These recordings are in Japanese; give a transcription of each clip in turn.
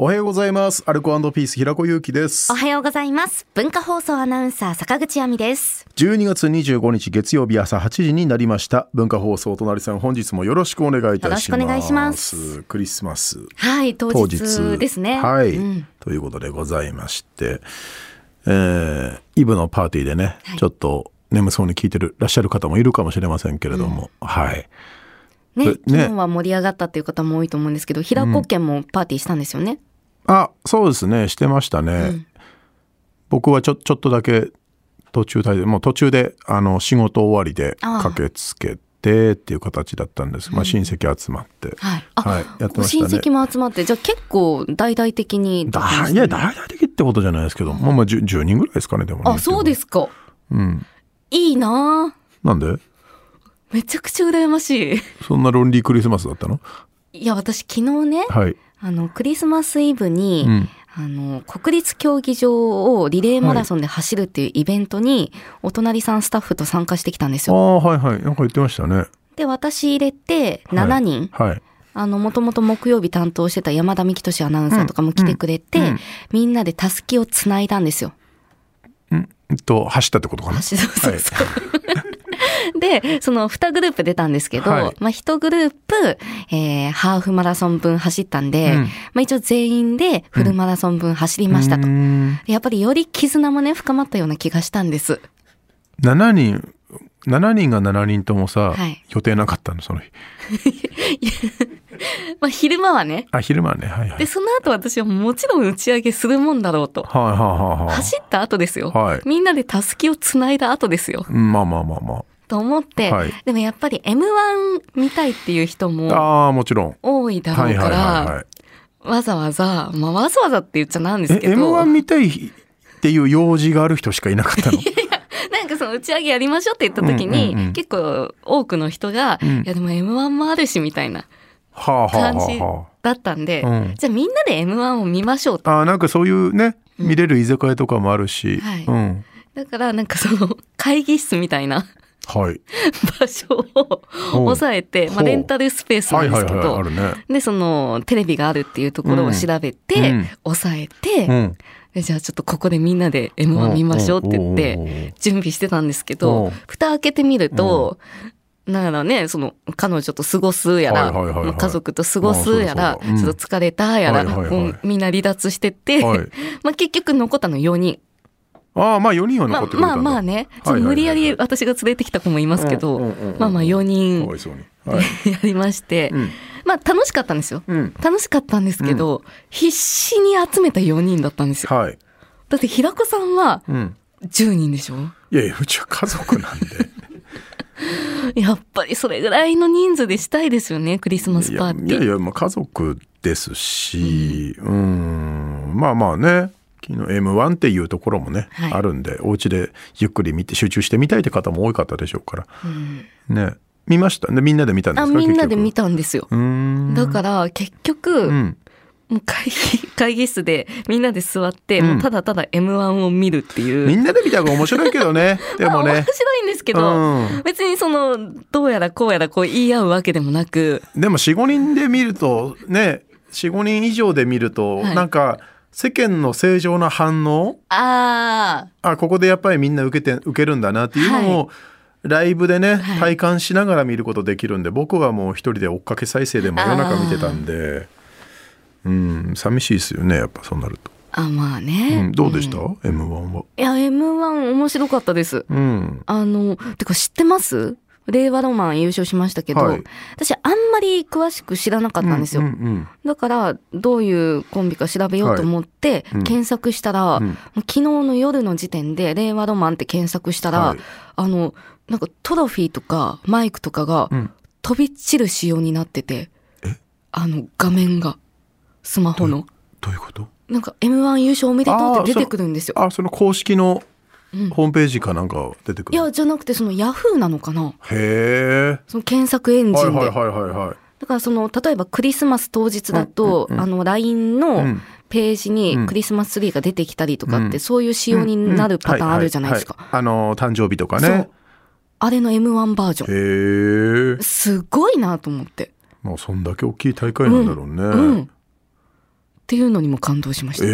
おはようございます。アルコピース平子祐希ですお。はようございます。文化放送アナウンサー坂口亜美です。 12月25日月曜日朝8時になりました。文化放送隣さん本日もよろしくお願いいたします。よろしくお願いします。クリスマスはい、当当日日ですね。はい、うんということでございまして、えーイブのパーティーでね、はいちょっと眠そうに聞いてるらっしゃる方もいるかもしれませんけれども、はい。ね、ね昨日は盛り上がったっていう方も多いと思うんですけど、平子県もパーティーしたんですよね。あ、そうですね。してましたね。僕はちょちょっとだけ途中退でもう途中であの仕事終わりでああ駆けつけてっていう形だったんです。まあ親戚集まって。はい。あ、はいやってごましたね親戚も集まって、じゃあ結構大々的にだったんでだすいね、や大々的ってことじゃないですけど、まあまあ 10, 10人ぐらいですかねでもね。。あ、そうですすか。うん。いいなあなんでめちゃくちゃ羨ましい。そんなロンリークリスマスだったの？いや、私昨日ね、はい。あの、クリスマスイブに、うん。あの、国立競技場をリレーマラソンで走るっていうイベントに、お隣さんスタッフと参加してきたんですあよ。あはいはいなんか言ってましたね。で、私入れてはい7人、はい。あの、もともと木曜日担当してた山田美希俊アナウンサーとかも来てくれて、うんうんみんなでたすきをつないだんですよ。うんえっと走ったってことかな。走そうそうそう。 で、その2グループ出たんですけど、はいまあ1グループ、えー、ハーフマラソン分走ったんで、うんまあ一応全員でフルマラソン分走りましたと。うーんやっぱりより絆もね、深まったような気がしたんです。 7人7人が7人ともさ、はい予定なかったのその日。まあ、昼間はね。あ昼間ねはいはい。で、その後私はもちろん打ち上げするもんだろうと。はいはいはいはい。走った後ですよ。はいみんなでたすきをつないだ後ですよ。うんまあまあまあまと思って、はいでもやっぱり M1 見たいっていう人あ。もああ、もちろん。多いだろうから、い。わざわざ、まあ、わざわざって言っちゃなんでえ、すけ M1 ど、見たいっていう用事がある人しかいなかっ たのなんかその打ち上げやりましょうって言った時に、うんうんうん結構多くの人が、うんいやでも M1 もあるしみたいなはあはあ感じはだったんで、あはあ。うん。じゃあみんなで M1 を見ましょうとあーなんかそういうね、うん見れる居酒屋とかもあるし。はいうん。だからなんかその会議室みたいな はい。場所をうん押さえて、まほあ、うレンタルスペースなはいんではいすけはい、あどるね。でそのテレビがあるっていうところを調べて、うん押さえて、うん。でじゃあちょっとここでみんなで M1 見ましょうって言って。て。準備してたんですけうんど、蓋開けてみると、なんだろうね、その、彼女と過ごすやはら、いはいはいはいまあ家族と過ごすやまあらそ、りゃそうだうんちょっと疲れたやら、はいはいはいもうみんな離脱してって、はい。 まあ結局残ったの4人。ああ、まあ4人はま残あってくれまたあんだまあね、はいはいはいちょっと無理やり私が連れてきた子もいますけど、うんうんうんうんまあまあ4人かわいそうに。はい。やりまして、うん。まあ楽しかったんですよ。うん。楽しかったんですけど、必死に集めた4人だったんですよ。はい。だって平子さんはうん。 10人でしょいやいや、うちは家族なんで。やっぱりそれぐらいの人数でしたいですよね、クリ スマスいパやーティー。いやいや、まあ、家族ですし、うん、まあまあね。昨日 M1 っていうところもね、はいあるんで、お家でゆっくり見て集中してみたいって方も多かったでしょうかうんら。ね。見ましたね。みんなで見たんであすかみんなで見た。たんですよ。うーん。だから結局、うん。もう会議会議室でみんなで座って、うんもうただただ M1 を見るっていう。みんなで見た方が面白いけど ね。でもまあ面ね。白いんですけうど、ん。別にそのどうやらこうやらこう言い合うわけでもなく、でも4、5人で見ると、ね、4、5人以上で見ると、はいなんか、世間の正常な反応ああここでやっぱりみんな受けて受けるんだなっていうのを、ライブでねはい体感しながら見ることできるんで、僕はもう一人で追っかけ再生でも夜中見てたんでうん寂しいですよねやっぱそうなると、ーあまあね、うん、どうでした、んい M1 はや M1 面白かったです。うんあのてか知ってます？令和ロマン優勝しましたけど、はい私あんまり詳しく知らなかったんですよ。うんうんだからどういうコンビか調べようと思ってうん検索したら、うんもう昨日の夜の時点で「令和ロマン」って検索したら、はいあのなんかトロフィーとかマイクとかがうん飛び散る仕様になってて、あの画面がスマホのどういうことなんか m 1優勝おめでとうって出てくるんですよ。あその公式のうんホームページかなんか出てくいる、へやじゃなくてそのヤフーなのかなえその検索エンジンで、はいはいはいはいはいだからその例えばクリスマス当日だと、うんうんうんあの LINE の、うんページうんにクリスマスツリーが出てきたりとかって、うんそういう仕様になるパターンあるじゃないですか。はははいあの誕生日とかねあれの M1 バージョン。へえすごいなと思って。まあそんだけ大きい大会なんだろうね、うん。っていうのにも感動しましええ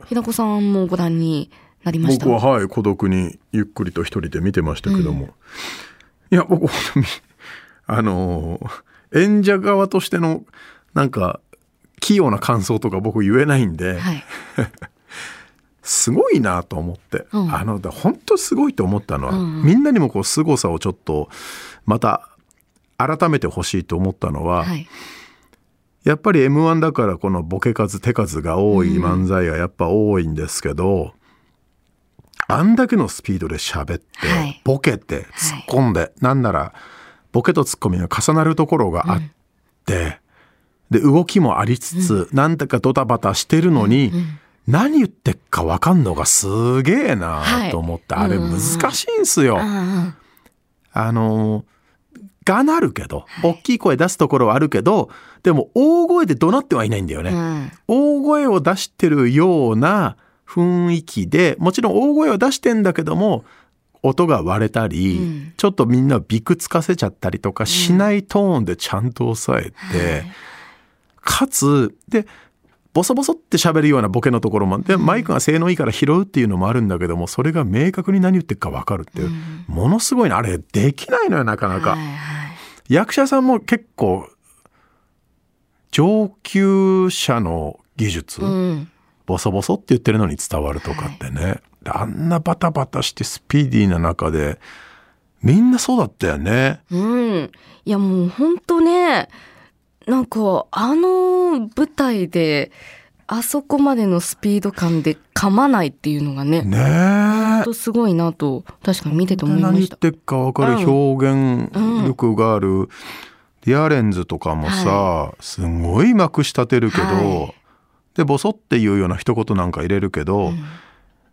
た。ひなこさんもご覧になりました僕ははい孤独にゆっくりと一人で見てましたけども、いや僕本当にあのー演者側としてのなんか器用な感想とか僕言えないんで、はい。すごいなと思って、うんあの本当すごいと思ったのは、うんみんなにもこう凄さをちょっとまた改めてほしいと思ったのは、はい。やっぱり m 1だからこのボケ数手数が多い漫才がやっぱ多いんですけど、あんだけのスピードで喋って、はいボケて突っ込んで、なんならボケとツッコミが重なるところがあって、で動きもありつつ、なんだかドタバタしてるのに、何言ってっか分かんのがすげえなと思って、はいあれうん難しいんすよ。ああのがなるけど、はい大きい声出すところはあるけどでも大声で怒鳴ってはいないんだよね、あ。うん。大声を出してるような雰囲気でもちろん大声を出してんだけども音が割れたり、うんちょっとみんなびくつかせちゃったりとかしないトーンでちゃんと抑えて、かつでボソボソって喋るようなボケのところもでマイクが性能いいから拾うっていうのもあるんだけどもそれが明確に何言ってるか分かるっていう、ものすごいなあれできないのよなかなか、はいはい。役者さんも結構上級者の技術、うん。ボソボソって言ってるのに伝わるとかってね、であんなバタバタしてスピーディーな中でみんなそうだったよね。うん。いやもう本当ね、なんかあの舞台で、あそこまでのスピード感で噛まないっていうのがね、ね本え当すごいなと、確かに見てて思いま何言っした。てっか分かる表現力がある、ディアレンズとかもさ、すごいまくし立てるけど、はいでボソっていうような一言なんか入れるけど、うん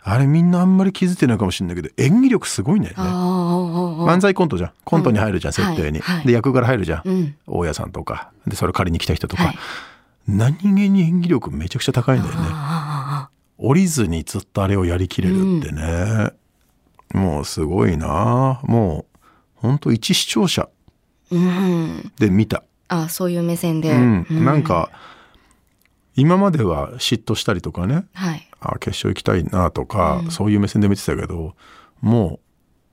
あれみんなあんまり気づいてないかもしれないけど演技力すごいんだよね。ああ。漫才コントじゃんコントに入るじゃん、うん設定に、はいはいで役柄入るじゃん、うん。大家さんとかでそれ借りに来た人とか、はい何気に演技力めちゃくちゃ高いんだよねあ降りずにずっとあれをやりきれるってね、もうすごいなもうほんと一視聴者あ。うん。で見た、あそういう目線で。うんうなん。か今までは嫉妬したりとかねはい。あ決勝行きたいなとか、うんそういう目線で見てたけども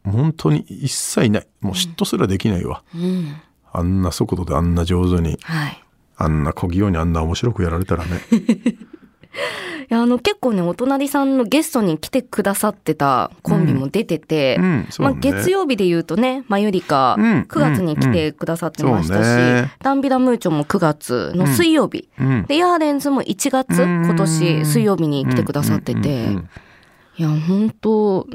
う本当に一切ないもう嫉妬すらできないわ、うん。あんな速度であんな上手にはい。あんな小器用にあんな面白くやられたらねいやあの結構ねお隣さんのゲストに来てくださってたコンビも出てて、うんそう まあ、ね、月曜日で言うとねマユリカうん9月に来てくださってましたし、うんうんそうねダンビラムーチョも9月の水曜日、うんでヤーレンズも1月うん今年水曜日に来てくださってて、うんうんうんいや本当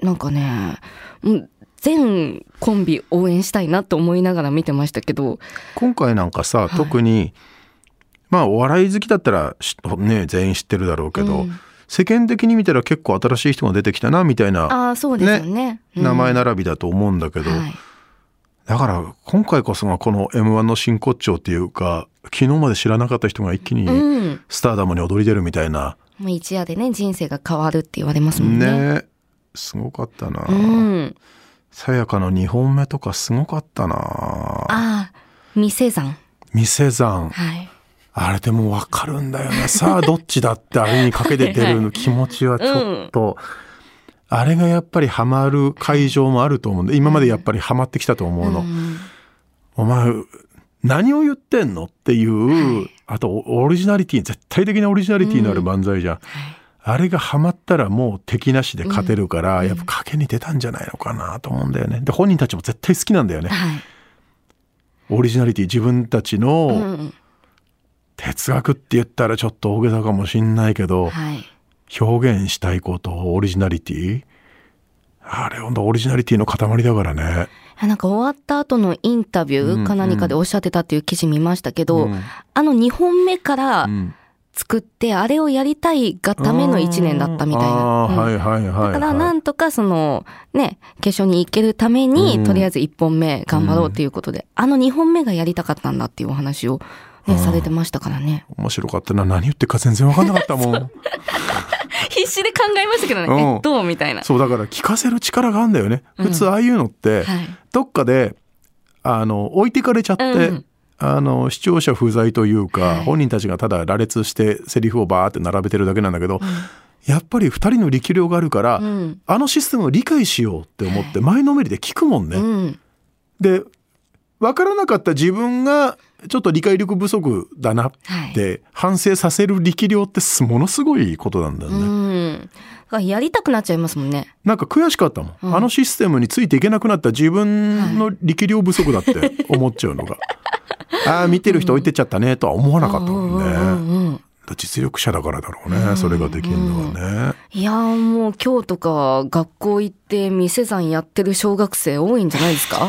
なんかねもう全コンビ応援したいなと思いながら見てましたけど、今回なんかさ、はい特にまあお笑い好きだったらしね全員知ってるだろうけど、うん世間的に見たら結構新しい人が出てきたなみたいなああそうですよねうん名前並びだと思うんだけど、はいだから今回こそがこの m 1の真骨頂っていうか昨日まで知らなかった人が一気にうんスターダムに躍り出るみたいな、もう一夜でね人生が変わるって言われますもんね。ねすごかったな。うん、さやかの2本目とかすごかったなああ店山店山はいあれでも分かるんだよね さあどっちだってあれにかけて出る気持ちはちょっと、あれがやっぱりハマる会場もあると思うんで今までやっぱりハマってきたと思うの、うんお前何を言ってんのっていう、あとオリジナリティ絶対的なオリジナリティのある漫才じゃん、あれがハマったらもう敵なしで勝てるから、やっぱ賭けに出たんじゃないのかなと思うんだよねで本人たちも絶対好きなんだよねはいオリジナリティ自分たちうのん哲学って言ったらちょっと大げさかもしんないけど、はい表現したいことオリジナリティあれほんとオリジナリティの塊だからね。あなんか終わった後のインタビュうんーか何かでおっしゃってたっていう記事見ましたけど、うんあの2本目からうん作ってあれをやりたいがための1年だったみたいな。あーうんはいはいはい、はい。だからなんとかそのね決勝に行けるために、うんとりあえず1本目頑張ろうっていうことで、あの2本目がやりたかったんだっていうお話を、ねされてましたからね面白かったな何言ってるか全然分かんなかった もん。必死で考えましたけどね、うんえどうみたいなそうだから聞かせる力があるんだよね。うん普通ああいうのって、はいどっかであの置いてかれちゃって、うんあの視聴者不在というか、はい本人たちがただ羅列してセリフをバーって並べてるだけなんだけど、やっぱり2人の力量があるから、うんあのシステムを理解しようって思って前のめりで聞くもんね。うんで分からなかった自分がちょっと理解力不足だなっはいて反省させる力量ってすものすごいことなんだようね。ん、だからやりたくなっちゃいますもんね。なんか悔しかったもん、うんあのシステムについていけなくなった自分の力量不足だって思っちゃうのが、ああ見てる人置いてっちゃったねとは思わなかったもんね、うんうんうんうん実力者だからだろうね、うんそれができるのはね、いやーもう今日とか学校行って店算やってる小学生多いんじゃないですか。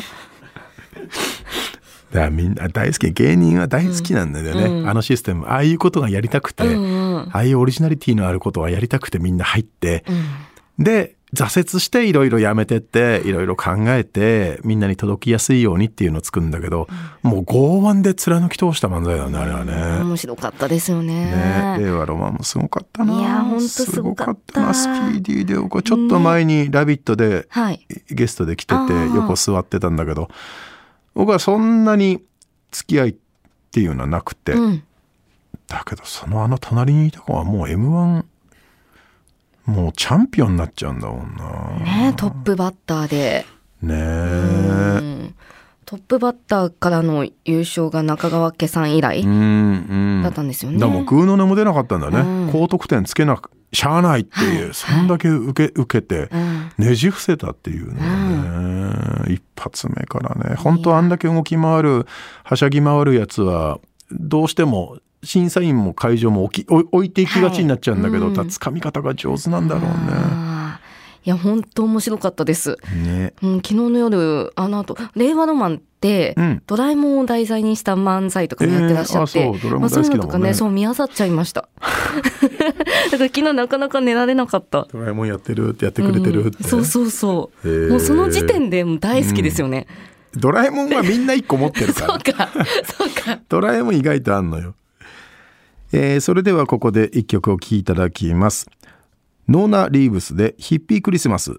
だからみんな大好き芸人は大好きなんだよね、うんあのシステムああいうことがやりたくて、うんうあんあいうオリジナリティのあることはやりたくてみんな入ってで挫折していろいろやめてっていろいろ考えてみんなに届きやすいようにっていうのを作るんだけど、もう剛腕で貫き通した漫才だよねあれはね。うん面白かったですよね。ね、令和ロマンもすごかったな。いやほんとすすごごかかっったたな。スピーディーで、こうちょっと前に「ラビット!」ではい。ゲストで来てあてー横座ってたんだけど僕はそんなに付き合いっていうのはなくて、うん。だけどそのあの隣にいた子はもう m 1もうチャンピオンになっちゃうんだもんな。ねトップバッターで。ねうえ。んトップバッターからの優勝が中川家さん以来うんうん。だったんですよね。だからもうグーの音も出なかったんだね、うん高得点つけなくしゃあないっていう、はいそんだけ受け受けてうんねじ伏せたっていうのはね、一発目からね本当あんだけ動き回るはしゃぎ回るやつはどうしても審査員も会場も置き置置いていきがちになっちゃうんだけど、はいうんただ掴み方が上手なんだろあーいや本当面白かったです。うね。ねうん、昨日の夜あの後令和ロマンって、うんドラえもんを題材にした漫才とかもやってらっしゃって、えーあそうドラえもんまあそういう大好のきだともかんねねそう見あさっちゃいました だから昨日なかなか寝られなかったドラえもんやってるってやってくれてるって、うんそうそうそへーうもうその時点でもう大好きですよね、ドラえもんはみんな一個持ってるかそうら かそうかドラえもん意外とあんのよ。えーそれではここで一曲お聴きいただきます。ノーナ・リーブスでヒッピークリスマス。